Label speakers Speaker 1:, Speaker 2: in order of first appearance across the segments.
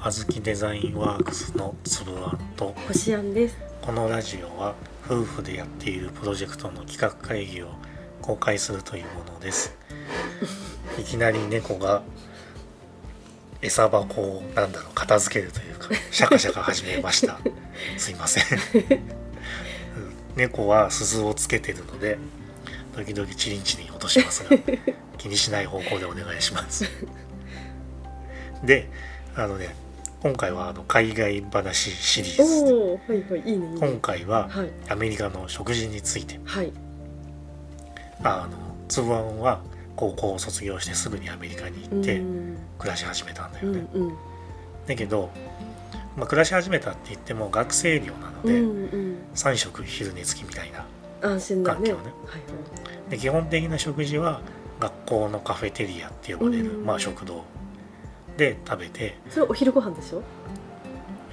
Speaker 1: あずきデザインワークスのつぶあんと
Speaker 2: 星庵です。
Speaker 1: このラジオは夫婦でやっているプロジェクトの企画会議を公開するというものですいきなり猫が餌箱をなんだろう片付けるというかシャカシャカ始めましたすいませんうん猫は鈴をつけてるので時々チリンチリン落としますが気にしない方向でお願いしますであのね今回はあの海外話シリーズで
Speaker 2: おお、はいはい、いいね、いい
Speaker 1: 今
Speaker 2: ね。
Speaker 1: 回は
Speaker 2: はい、
Speaker 1: アメリカの食事について
Speaker 2: はい、
Speaker 1: あのつぶあんは高校を卒業してすぐにアメリカに行って
Speaker 2: うん、
Speaker 1: 暮らし始めたんだ
Speaker 2: う
Speaker 1: よ
Speaker 2: ん
Speaker 1: ね、、
Speaker 2: うん、
Speaker 1: だけど、まあ、暮らし始めたって言っても学生寮なの
Speaker 2: う
Speaker 1: で、
Speaker 2: ん、うん、
Speaker 1: 3食昼寝付きみたいな
Speaker 2: 安心だね。
Speaker 1: 環
Speaker 2: は
Speaker 1: 境
Speaker 2: い、
Speaker 1: ね
Speaker 2: はい、
Speaker 1: で基本的な食事は学校のカフェテリアって呼ばれる、
Speaker 2: うん
Speaker 1: まあ、食堂で食べて
Speaker 2: それお昼ご飯でしょ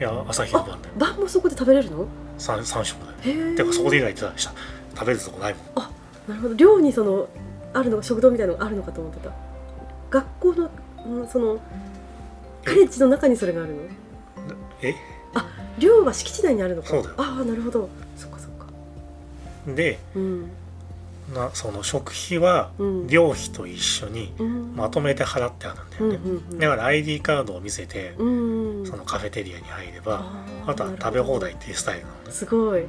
Speaker 1: いや朝昼
Speaker 2: あ
Speaker 1: 晩だよ、
Speaker 2: 晩もそこで食べれるの。
Speaker 1: 3, 三食だよ
Speaker 2: へえ。
Speaker 1: てかそこで以外ってさ食べるとこないもん
Speaker 2: なるほど、寮にその、あるのが食堂みたいなのがあるのかと思ってた。学校の、うんその。カレッジの中にそれがあるの。
Speaker 1: え
Speaker 2: 寮は敷地内にあるのか。
Speaker 1: そうだよ
Speaker 2: ああ、なるほど。そっか、そっか。
Speaker 1: で
Speaker 2: うん、
Speaker 1: なその食費は
Speaker 2: うん
Speaker 1: 寮費と一緒に
Speaker 2: うん。
Speaker 1: まとめて払ってあるんだよ
Speaker 2: うん、
Speaker 1: ね、
Speaker 2: うん、うん。
Speaker 1: だから ID カードを見せて、
Speaker 2: うん。
Speaker 1: そのカフェテリアに入れば
Speaker 2: あー
Speaker 1: あとは食べ放題っていうスタイルなのね
Speaker 2: すごい。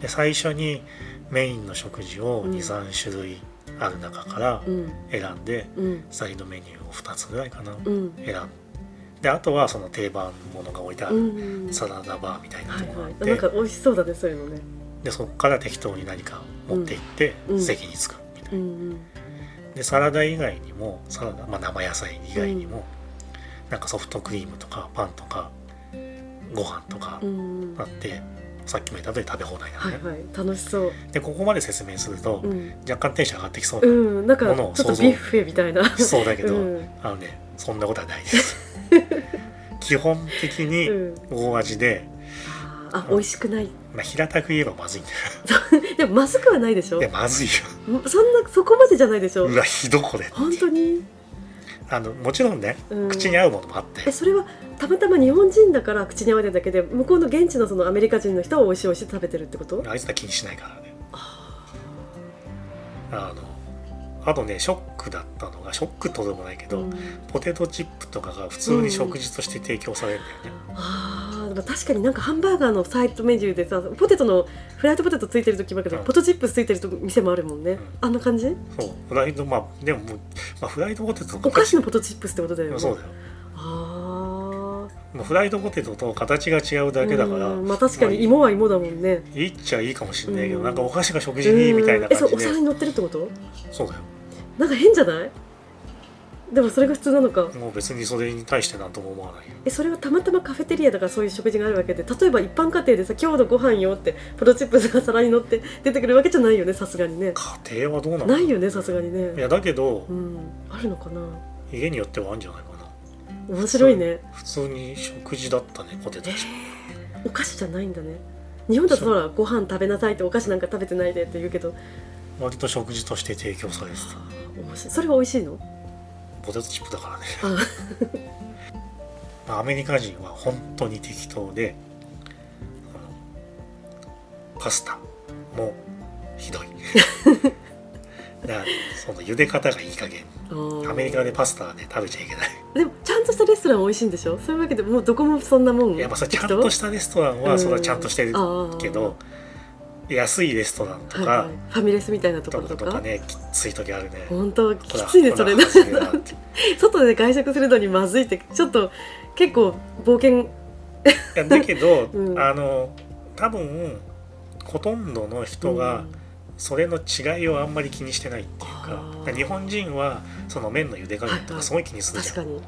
Speaker 1: で最初にメインの食事を
Speaker 2: うん
Speaker 1: 23種類ある中から
Speaker 2: うん。
Speaker 1: 選んで
Speaker 2: うん。
Speaker 1: サイドメニューを2つぐらいかな
Speaker 2: うん。
Speaker 1: 選んであとはその定番ものが置いてあ
Speaker 2: う
Speaker 1: る
Speaker 2: ん。
Speaker 1: サラダバーみたいな
Speaker 2: は
Speaker 1: と
Speaker 2: い
Speaker 1: ころがあっ
Speaker 2: はい。な
Speaker 1: て
Speaker 2: んか美味しそうだね、そういうのね。
Speaker 1: でそこから適当に何か持って行って
Speaker 2: うん
Speaker 1: 席に着くみた
Speaker 2: う
Speaker 1: いなんでサラダ以外にもサラダ、まあ、生野菜以外にもなんかソフトクリームとかパンとかご飯とか
Speaker 2: うん。うん。
Speaker 1: あ
Speaker 2: は
Speaker 1: ってさっきも言った通り食べ放題なのね、
Speaker 2: いはい。楽しそう。
Speaker 1: でここまで説明すると、
Speaker 2: うん。
Speaker 1: 若干テンション上がってきそう
Speaker 2: う。
Speaker 1: なん
Speaker 2: なんか
Speaker 1: ものを
Speaker 2: ち
Speaker 1: 想像
Speaker 2: ょっとビュッフェみたいな。
Speaker 1: しそうだけど、
Speaker 2: うん
Speaker 1: あのねそんなことはないです 基本的
Speaker 2: う
Speaker 1: に
Speaker 2: ん。
Speaker 1: 大味で、
Speaker 2: あー、美味しくない。
Speaker 1: まあ、平たく言えばまずいんだよ
Speaker 2: でもまずくはないでしょ
Speaker 1: い。やまずいよ
Speaker 2: そんなそこまでじゃないでしょ
Speaker 1: う。わひどこれ
Speaker 2: 本当に。
Speaker 1: あのもちろんね、
Speaker 2: うん
Speaker 1: 口に合うものもあっ
Speaker 2: え
Speaker 1: て
Speaker 2: それはたまたま日本人だから口に合わないだけで向こうの現地のそのアメリカ人の人は美味しい美味しいって食べてるってこと？
Speaker 1: あいつら気にしないからねあのあとねショックだったのがショックとでもないけど、
Speaker 2: うん
Speaker 1: ポテトチップとかが普通に食事として提供されるんだよね、
Speaker 2: あーでも確かになんかハンバーガーのサイドメニューでさポテトのフライドポテトついてる時もあるけど、
Speaker 1: うん
Speaker 2: ポテトチップスついてる店もあるもんね、
Speaker 1: ん
Speaker 2: あんな感じ
Speaker 1: そうフライドまあでももう、まあ、フライドポテトと
Speaker 2: お菓子の
Speaker 1: ポ
Speaker 2: ポテトチップスってことだよね
Speaker 1: そうだよ
Speaker 2: ああ
Speaker 1: もうフライドポテトと形が違うだけだから、
Speaker 2: まあ確かに芋は芋だもんね
Speaker 1: いいっちゃいいかもしれないけど、
Speaker 2: うん
Speaker 1: なんかお菓子が食事にいいみたいな
Speaker 2: うんえそ
Speaker 1: 感
Speaker 2: う
Speaker 1: じ
Speaker 2: お
Speaker 1: で、
Speaker 2: 皿に乗ってるってこと
Speaker 1: そうだよ
Speaker 2: なんか変じゃないでもそれが普通なのか
Speaker 1: もう別にそれに対して何とも思わないよ
Speaker 2: えそれはたまたまカフェテリアだからそういう食事があるわけで例えば一般家庭でさ今日のご飯よってポテトチップスが皿に乗って出てくるわけじゃないよねさすがにね
Speaker 1: 家庭はどうなの
Speaker 2: ないよねさすがにね
Speaker 1: いやだけど、
Speaker 2: うん、あるのかな
Speaker 1: 家によってはあるんじゃないかな
Speaker 2: 面白いね
Speaker 1: 普通に食事だったねポテトチッ
Speaker 2: お菓子じゃないんだね日本だとほらご飯食べなさいってお菓子なんか食べてないでって言うけど
Speaker 1: プ割と食事として提供されてた
Speaker 2: 面白いそれは美味しいの
Speaker 1: ポテトチップだからね
Speaker 2: あ
Speaker 1: まあアメリカ人は本当に適当であのパスタもひ どいだからその茹で方がいい加減 アメリカでパスタはね食べちゃいけない
Speaker 2: でもちゃんとしたレストランは美味しいんでしょそういうわけでもうどこもそんなもん
Speaker 1: いやまあそれちゃんとしたレストラン
Speaker 2: う
Speaker 1: は
Speaker 2: ん
Speaker 1: それはちゃんとしてるけど、安いレストランと
Speaker 2: はい
Speaker 1: か、
Speaker 2: はい、ファミレスみたいなとこと
Speaker 1: か
Speaker 2: ろと
Speaker 1: と
Speaker 2: か
Speaker 1: かねきつい時あるね
Speaker 2: 本当き
Speaker 1: これは
Speaker 2: ついねそれ
Speaker 1: こは外れだなって
Speaker 2: 外で外食するのにまずいってちょっと結構冒険
Speaker 1: いやだけど、
Speaker 2: うん
Speaker 1: あの多分ほとんどの人がそれの違いをあんまり気にしてないっていうか,、
Speaker 2: あー
Speaker 1: 日本人はその麺の茹で加減とか
Speaker 2: はいはい
Speaker 1: すごい気にするじゃ
Speaker 2: 確
Speaker 1: ん、
Speaker 2: かに、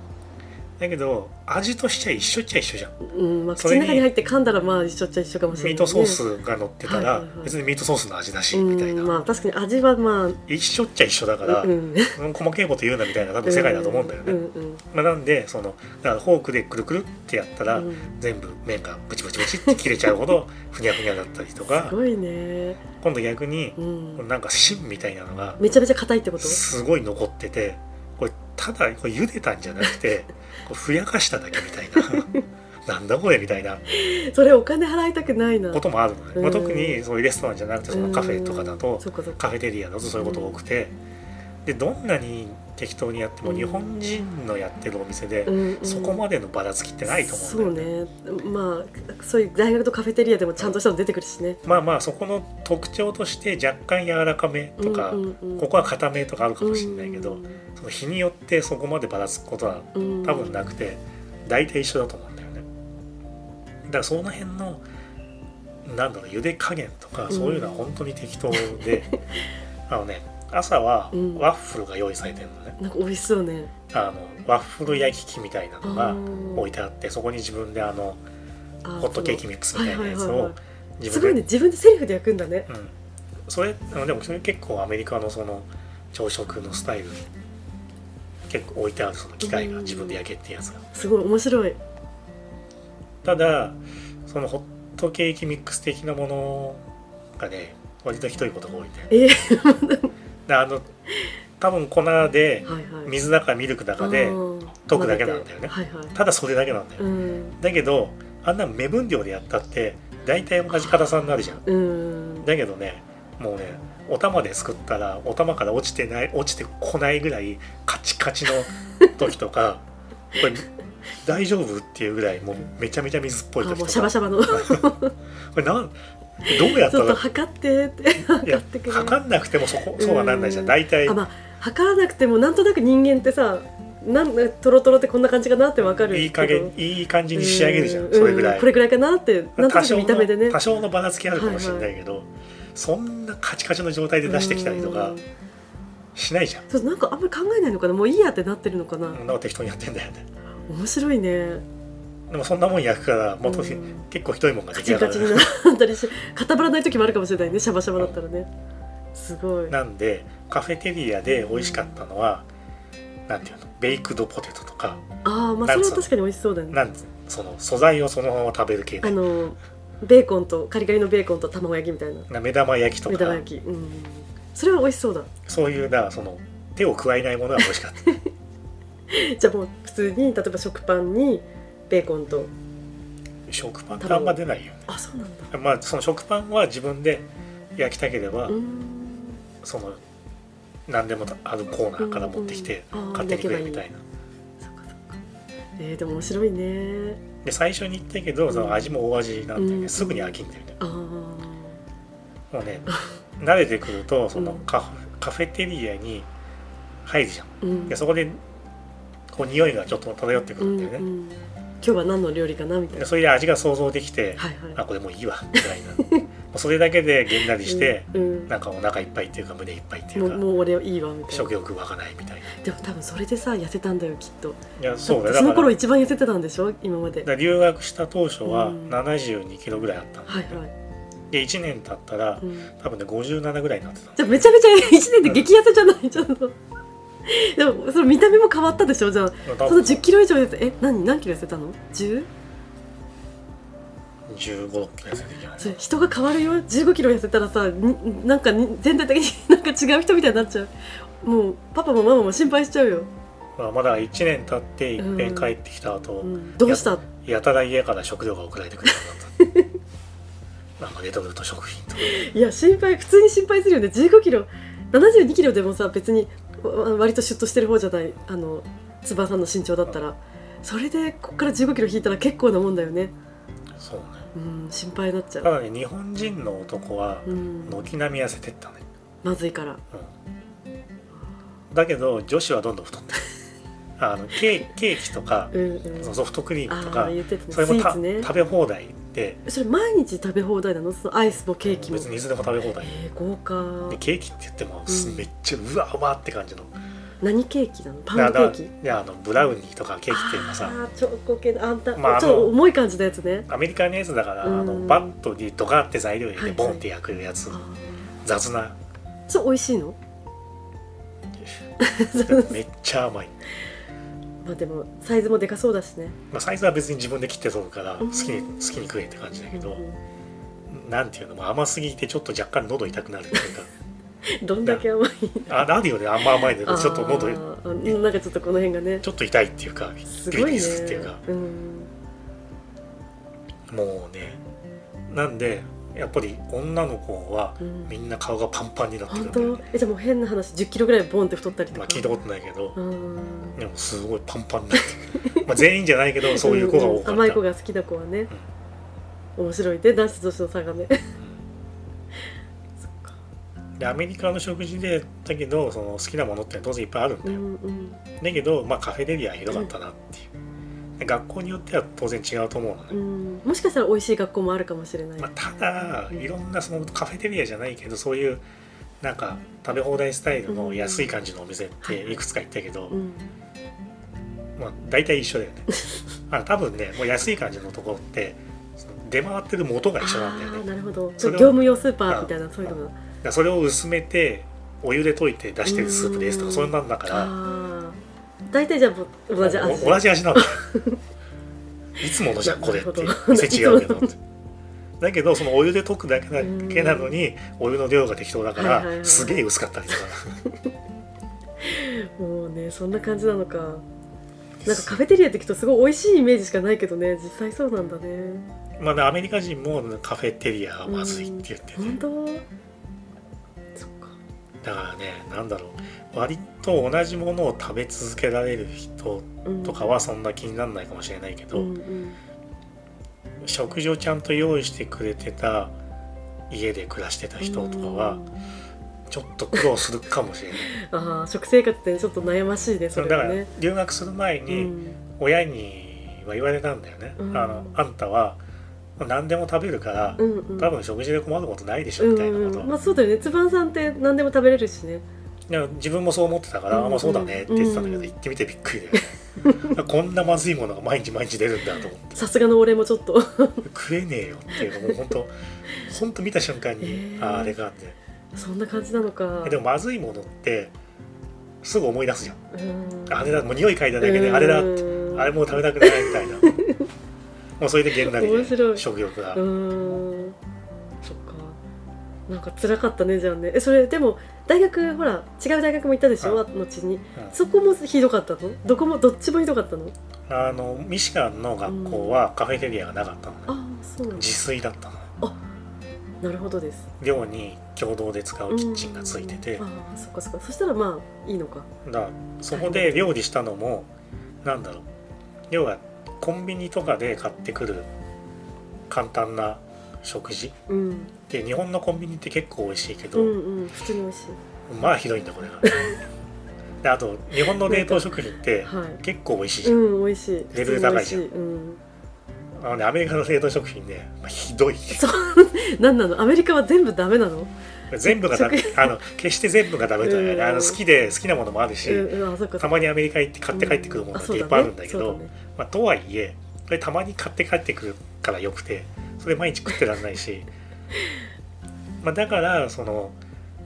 Speaker 1: だけど味としては一緒っちゃ一緒じゃん
Speaker 2: うんまあ、
Speaker 1: そ
Speaker 2: 口
Speaker 1: れ
Speaker 2: の
Speaker 1: に
Speaker 2: 中に入って噛んだらまあ一緒っちゃ一緒かもしれない、
Speaker 1: ミ
Speaker 2: ね、
Speaker 1: ートソースが乗ってたら、
Speaker 2: はいはいはい
Speaker 1: 別にミートソースの味だし、みたいな、
Speaker 2: うんまあ確かに味はまあ
Speaker 1: 一緒っちゃ一緒だから、
Speaker 2: うん、
Speaker 1: うん細けいこと言うなみたいな多分世界だと思うんだよね、
Speaker 2: うんうん
Speaker 1: まあ、なんでそのだからフォークでくるくるってやったら、
Speaker 2: うん
Speaker 1: 全部麺がブチブチブチって切れちゃうほどふにゃふにゃだったりとか
Speaker 2: すごいね、
Speaker 1: 今度逆に
Speaker 2: うん、
Speaker 1: なんか芯みたいなのが
Speaker 2: めちゃめちゃ硬いってこと
Speaker 1: すごい残っててこれただこれ茹でたんじゃなくてこうふやかしただけみたいな なんだこれみたいな
Speaker 2: それお金払いたくないな
Speaker 1: こともあるのね、
Speaker 2: うん
Speaker 1: まあ、特にそういうレストランじゃなくてそのカフェとかだ
Speaker 2: うん
Speaker 1: と
Speaker 2: そっかそっか
Speaker 1: カフェテリアだとそういうことが多くてでどんなに適当にやっても日本人のやってるお店で
Speaker 2: うんうん
Speaker 1: そこまでのばらつきってないと思うんだよね。
Speaker 2: そうねまあそういう大学とカフェテリアでもちゃんとしたの出てくるしね
Speaker 1: まあまあそこの特徴として若干柔らかめとか、
Speaker 2: うんうんうん
Speaker 1: ここは固めとかあるかもしれないけど、
Speaker 2: うん
Speaker 1: その日によってそこまでばらつくことは
Speaker 2: うん
Speaker 1: 多分なくて、大体一緒だと思うんだよねだからその辺のなんだろう茹で加減とか
Speaker 2: うん
Speaker 1: そういうのは本当に適当 で、あのね朝は
Speaker 2: うん
Speaker 1: ワッフルが用意されてるのね、
Speaker 2: なんか美味しそうね
Speaker 1: あのワッフル焼き器みたいなのが置い
Speaker 2: て
Speaker 1: てあってそこに自分であのホットケーキミックスみたいなやつ
Speaker 2: はいはいはい
Speaker 1: を
Speaker 2: は
Speaker 1: 自
Speaker 2: す
Speaker 1: 分
Speaker 2: ご
Speaker 1: で
Speaker 2: いね自分でセリフで焼くんだね
Speaker 1: うん、それあのでもそれ結構アメリカのその朝食のスタイルに結構置いてあるその機械が
Speaker 2: うん
Speaker 1: 自分で焼けってやつが
Speaker 2: すごい面白い
Speaker 1: ただそのホットケーキミックス的なものがね割とひどいことが多いんだよ
Speaker 2: えー、
Speaker 1: であの多分粉で
Speaker 2: はいはい
Speaker 1: 水だかミルクだかで
Speaker 2: 溶
Speaker 1: 溶くだけなんだよね
Speaker 2: はいはい
Speaker 1: ただそれだけなんだよ
Speaker 2: うん
Speaker 1: だけどあんな目分量でやったって大体同じ硬さになるじゃん
Speaker 2: うん
Speaker 1: だけどねもうねお玉ですくったらお玉から落ちてない落ちてこないぐらいカチカチの時とかこれ大丈夫っていうぐらいもうめちゃめちゃ水っぽい
Speaker 2: あ
Speaker 1: 時
Speaker 2: も
Speaker 1: と
Speaker 2: うシャバ
Speaker 1: か
Speaker 2: シャバのちょ
Speaker 1: これなんどうや
Speaker 2: っ
Speaker 1: った
Speaker 2: と
Speaker 1: ら
Speaker 2: 測ってって
Speaker 1: いや
Speaker 2: 測ってくれ
Speaker 1: 測んなくてもそこそうはなんないじゃん大体
Speaker 2: あまあ測らなくてもなんとなく人間ってさなんトロトロってこんな感じかなってわかる
Speaker 1: いい加減いい感じに仕上げるじゃ
Speaker 2: うん
Speaker 1: それぐら
Speaker 2: う
Speaker 1: い
Speaker 2: これぐらいかなってなんと
Speaker 1: 多
Speaker 2: なく
Speaker 1: 少
Speaker 2: 見た目でね
Speaker 1: の多少のばらつきあるかもしれないけど、そんなカチカチの状態で出してきたりとか
Speaker 2: うん
Speaker 1: しないじゃん
Speaker 2: そうなんかあんまり考えないのかなもういいやってなってるのかな、
Speaker 1: そんなの適当にやってんだよね
Speaker 2: 面白いね
Speaker 1: でもそんなもん焼くから元ひ、
Speaker 2: うん
Speaker 1: 結構ひどいもんが
Speaker 2: カ
Speaker 1: 出来
Speaker 2: チ
Speaker 1: 上が
Speaker 2: カチに
Speaker 1: る
Speaker 2: なったりして固まらない時もあるかもしれないねシャバシャバだったらねすごい
Speaker 1: なんでカフェテリアで美味しかったのは、なんていうのベイクドポテトとか
Speaker 2: ああまあそれは確かに美味しそうだね
Speaker 1: なんその素材をそのまま食べる系
Speaker 2: あ
Speaker 1: ね
Speaker 2: のベーコンとカリカリのベーコンと卵焼きみたいな
Speaker 1: な目玉焼きと
Speaker 2: 目玉
Speaker 1: か
Speaker 2: 焼きうんそれは美味しそうだ
Speaker 1: そういうなその手を加えないものは美味しかった
Speaker 2: じゃあもう普通に例えば食パンにベーコンと
Speaker 1: 食パンってあんま出ないよね
Speaker 2: あそうなんだ
Speaker 1: まあその食パンは自分で焼きたければ、
Speaker 2: うーん
Speaker 1: その何でもあるコーナーから持ってきて
Speaker 2: うんうんあー
Speaker 1: 買ってきてみたいな、
Speaker 2: そっかそっかえー、でも面白いね
Speaker 1: で最初に言ったけどその味も大味なんだよね、
Speaker 2: うん
Speaker 1: すぐに飽きんだよね
Speaker 2: ああ
Speaker 1: もうね慣れてくるとその
Speaker 2: うん
Speaker 1: カフ,、カフェテリアに入るじゃん
Speaker 2: うん
Speaker 1: でそこでこう匂いがちょっと漂ってくるんだよね、
Speaker 2: うんうん今日は何の料理かなみたい
Speaker 1: で
Speaker 2: な
Speaker 1: それで味が想像できて、
Speaker 2: はいはい
Speaker 1: あこれもういいわみたいなもうそれだけでげんなりして、
Speaker 2: うんうん
Speaker 1: なんかお腹いっぱいっていうか胸いっぱいってい
Speaker 2: も
Speaker 1: う
Speaker 2: う
Speaker 1: か
Speaker 2: もう俺いいわみたいな
Speaker 1: 食欲湧かないみたいな
Speaker 2: でも多分それでさ痩せたんだよきっと
Speaker 1: いやそうだ
Speaker 2: だ
Speaker 1: よ
Speaker 2: ってその
Speaker 1: だか
Speaker 2: 頃
Speaker 1: ら
Speaker 2: 一番痩せてたんでしょ今まで
Speaker 1: だから留学した当初は
Speaker 2: うん
Speaker 1: 7 2キロぐらいあったんだよ
Speaker 2: はい
Speaker 1: ね、
Speaker 2: はい、
Speaker 1: で1年経ったら
Speaker 2: うん、
Speaker 1: 多分ね57ぐらいになってた
Speaker 2: じゃあめちゃめちゃ一年で激痩せじゃないちょっとでもその見た目も変わったでしょじゃあ
Speaker 1: 多
Speaker 2: そ
Speaker 1: 分
Speaker 2: の1 0キロ以上痩せえ何何キロ痩せたの 10?
Speaker 1: 1 5キロ痩せていけない
Speaker 2: それ人が変わるよ1 5キロ痩せたらさになんかに全体的に なんか違う人みたいになっちゃうもうパパもママも心配しちゃうよ、
Speaker 1: まあ、まだ1年経っていっぺ
Speaker 2: うんん
Speaker 1: 帰ってきた後、
Speaker 2: うん、どうした
Speaker 1: やたら家から食料が送られてくるようにな った。なんかレトルト食品とか。
Speaker 2: いや心配普通に心配するよね1 5キロ7 2キロでもさ別にわ割とシュッとしてる方じゃないあのつばさんの身長だったらそれでこっから1 5キロ引いたら結構なもんだよね
Speaker 1: そうね。
Speaker 2: うん心配になっちゃ
Speaker 1: た
Speaker 2: う、
Speaker 1: だね、日本人の男は
Speaker 2: う、ん、
Speaker 1: 軒並み痩せてったね。
Speaker 2: まずいから
Speaker 1: うん。だけど、女子はどんどん太 ってる。あのケーキケーキとか、
Speaker 2: うんうん
Speaker 1: そのソフトクリームと
Speaker 2: あ
Speaker 1: か
Speaker 2: あ、言ってたね
Speaker 1: そ
Speaker 2: スイ
Speaker 1: れも
Speaker 2: ー
Speaker 1: た
Speaker 2: ツね
Speaker 1: 食べ放題で、
Speaker 2: それ毎日食べ放題なのそのアイスもケーキも
Speaker 1: 別にいつでも食べ放題。
Speaker 2: えー、豪華
Speaker 1: でケーキって言っても、す
Speaker 2: うん
Speaker 1: めっちゃうわうわって感じの
Speaker 2: 何ケーキなのパ
Speaker 1: だ
Speaker 2: ウンドケ
Speaker 1: から
Speaker 2: ーキ
Speaker 1: であのブラウニーとかケーキっていうのはさ
Speaker 2: あーチョコ系のあんた、
Speaker 1: まああの
Speaker 2: ちょっと重い感じのやつね
Speaker 1: アメリカのやつだから、あ
Speaker 2: う
Speaker 1: の
Speaker 2: ん
Speaker 1: バットにドカって材料入れ
Speaker 2: はい
Speaker 1: て
Speaker 2: はい
Speaker 1: ボンって焼くやつ、
Speaker 2: あー
Speaker 1: 雑な
Speaker 2: そう美味し いの
Speaker 1: めっちゃ甘い、
Speaker 2: まあでもサイズもでかそうだしね
Speaker 1: まあ、サイズは別に自分で切って取るから
Speaker 2: う
Speaker 1: 好
Speaker 2: ん
Speaker 1: きに好きに食えって感じだけど
Speaker 2: うん
Speaker 1: なんていうのもう甘すぎてちょっと若干喉痛くなるっていうか
Speaker 2: どんだけ甘い
Speaker 1: あラディオであんま甘いの
Speaker 2: あ
Speaker 1: でちょっと喉ち
Speaker 2: ーうんなんかちょっとこの辺がね
Speaker 1: ょっと痛いっていうか
Speaker 2: す
Speaker 1: ビ
Speaker 2: ごい
Speaker 1: リ
Speaker 2: ね
Speaker 1: ビリするっていうか
Speaker 2: うん
Speaker 1: もうねなんでやっぱり女の子は
Speaker 2: うん
Speaker 1: みんな顔がパンパンになってる
Speaker 2: 本
Speaker 1: んだよ
Speaker 2: 当
Speaker 1: ね、
Speaker 2: えじゃあもう変な話1 0キロぐらいボンって太ったりと
Speaker 1: ま
Speaker 2: か
Speaker 1: あ、聞いたことないけど
Speaker 2: うん
Speaker 1: でもすごいパンパンになってるまあ全員じゃないけ どそういう子が多かった
Speaker 2: うんうん甘い子が好きな子はね、面白いで男子としての差がね
Speaker 1: でアメリカの食事でだけどその好きなものって当然いっぱいあるん
Speaker 2: う
Speaker 1: だ
Speaker 2: ん
Speaker 1: よ、
Speaker 2: うん
Speaker 1: だけど、まあ、カフェテリアはひどかったなっていう、で学校によっては当然違うと思うのね、
Speaker 2: うん、もしかしたら美味しい学校もあるかもしれない、
Speaker 1: まあ、ただいろんなそのカフェテリアじゃないけどそういうなんか食べ放題スタイルの安い感じのお店っていくつか行ったけど、
Speaker 2: うん、
Speaker 1: まあ、大体一緒だ よねあ多分ねもう安い感じのところってその出回ってる元が一緒なんだよ
Speaker 2: あ
Speaker 1: ね
Speaker 2: ーなるほど
Speaker 1: それ
Speaker 2: 業
Speaker 1: を
Speaker 2: 務用スーパーみたいなそういうのが
Speaker 1: だからそれを薄めてお湯で溶いて出してるスープですと
Speaker 2: う
Speaker 1: か
Speaker 2: ん
Speaker 1: そんなんだから
Speaker 2: あー大体じゃあぼ同じ味
Speaker 1: お同じ味なんだよ いつものじゃんこれっ
Speaker 2: な
Speaker 1: て
Speaker 2: るほど
Speaker 1: 店違うけどってだけどそのお湯で溶くだけだ
Speaker 2: うん
Speaker 1: けなのにお湯の量が適当だから、
Speaker 2: はいはいはい
Speaker 1: すげえ薄かったりとか
Speaker 2: もうねそんな感じなのかなんかカフェテリアって聞くとすごい美味しいイメージしかないけどね実際そうなんだね
Speaker 1: まあねアメリカ人もカフェテリアはまずいって言ってて、
Speaker 2: 本当そっか
Speaker 1: だからねなんだろう割と同じものを食べ続けられる人
Speaker 2: うん
Speaker 1: とかはそんな気にならないかもしれないけど、
Speaker 2: うんうん
Speaker 1: 食事をちゃんと用意してくれてた家で暮らしてた人とか
Speaker 2: う
Speaker 1: は
Speaker 2: ん
Speaker 1: ちょっと苦労するかもし れない
Speaker 2: ああ食生活ってちょっと悩ましいね
Speaker 1: そ
Speaker 2: そ
Speaker 1: の
Speaker 2: れ
Speaker 1: だか
Speaker 2: は
Speaker 1: ら
Speaker 2: ね
Speaker 1: 留学する前
Speaker 2: う
Speaker 1: に
Speaker 2: ん
Speaker 1: 親には言われたんだよね、
Speaker 2: うん
Speaker 1: あのあんたは何でも食べるから
Speaker 2: う、んうん
Speaker 1: 多分食事で困ることないでしょ
Speaker 2: うん
Speaker 1: みたいなこと、
Speaker 2: うんまあそうだよねつばんさんって何でも食べれるしね
Speaker 1: いや自分もそう思ってたから、
Speaker 2: うん
Speaker 1: あまあそうだねって言ってたんだけど、
Speaker 2: うん
Speaker 1: 行ってみてびっくりだよね こんなまずいものが毎日毎日出るんだと思って
Speaker 2: さすがの俺もちょっと
Speaker 1: 食えねえよっていうのもう本当本当見た瞬間に、
Speaker 2: へえ
Speaker 1: ああれかって
Speaker 2: そんな感じなのか
Speaker 1: えでもまずいものってすぐ思い出すじゃん、
Speaker 2: うん
Speaker 1: あれだもう匂い嗅いだだけで、あれだ
Speaker 2: うん
Speaker 1: あれもう食べたくないみたい なもうそれでげんなり
Speaker 2: 面白
Speaker 1: で
Speaker 2: い
Speaker 1: 食欲が、
Speaker 2: うーんそっかなんか辛かったねじゃあねえそれでも大学ほら違う大学も行ったでしょ
Speaker 1: あ
Speaker 2: 後に
Speaker 1: うん
Speaker 2: そこもひどかったのどこもどっちもひどかったの
Speaker 1: あのミシガンの学校はカフェテリアがなかったのね、
Speaker 2: ああそうなんだ
Speaker 1: 自炊だったのね
Speaker 2: なるほどです
Speaker 1: 寮に共同で使うキッチンがついてて、
Speaker 2: うんああそっかそっかそしたらまあいいのか
Speaker 1: だからそこで料理したのもなんだろう要はコンビニとかで買ってくる簡単な食事
Speaker 2: うん
Speaker 1: で日本のコンビニって結構美味しいけ
Speaker 2: う
Speaker 1: ど、
Speaker 2: んうん普通に美味し
Speaker 1: まあひどいんだこれがであと日本の冷凍食品っ
Speaker 2: い
Speaker 1: て
Speaker 2: はい
Speaker 1: 結構美味しいじゃん、
Speaker 2: うん美味しい
Speaker 1: レベル高いじゃん
Speaker 2: 普通に美味しいうん
Speaker 1: あのねアメリカの冷凍食品ね、まあ、ひどい
Speaker 2: 何なのアメリカは全部ダメなの
Speaker 1: 全部がダメあの決して全部がダメとは言わないあの
Speaker 2: うん
Speaker 1: 好きで好きなものもあるし、
Speaker 2: うんうんあそっか
Speaker 1: たまにアメリカ行って買って帰ってくるもの
Speaker 2: う
Speaker 1: っ
Speaker 2: そ
Speaker 1: て
Speaker 2: う
Speaker 1: いっぱいあるんだけど、
Speaker 2: ね
Speaker 1: まあ、とはいえこれたまに買って帰ってくるからよくてそれ毎日食ってらんないし まあだからその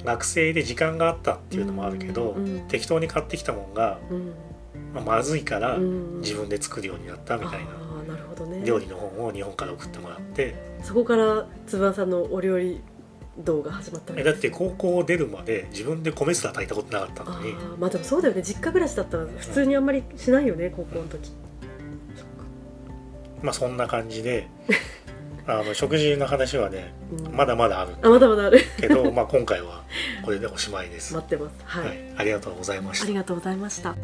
Speaker 1: 学生で時間があったっていうのもあるけど、
Speaker 2: うんうん
Speaker 1: 適当に買ってきたもんが、
Speaker 2: そうだね
Speaker 1: まあ、まずいから
Speaker 2: うん
Speaker 1: 自分で作るようになったみたいな
Speaker 2: ああなるほどね
Speaker 1: 料理の本を日本から送ってもらって
Speaker 2: そこからつばんさんのお料理動画始まったわ
Speaker 1: え
Speaker 2: け
Speaker 1: だって高校を出るまで自分で米すら炊いたことなかった
Speaker 2: あ
Speaker 1: のに
Speaker 2: あまあでもそうだよね実家暮らしだったら普通にあんまりしないよね高校の時そっか
Speaker 1: まあそんな感じであの食事の話はね
Speaker 2: うん
Speaker 1: まだまだあるんだ
Speaker 2: あまだまだある
Speaker 1: けど、 まあ、今回はこれでおしまいです。
Speaker 2: 待ってますはい、
Speaker 1: はい、ありがとうございました
Speaker 2: あり。がとうございました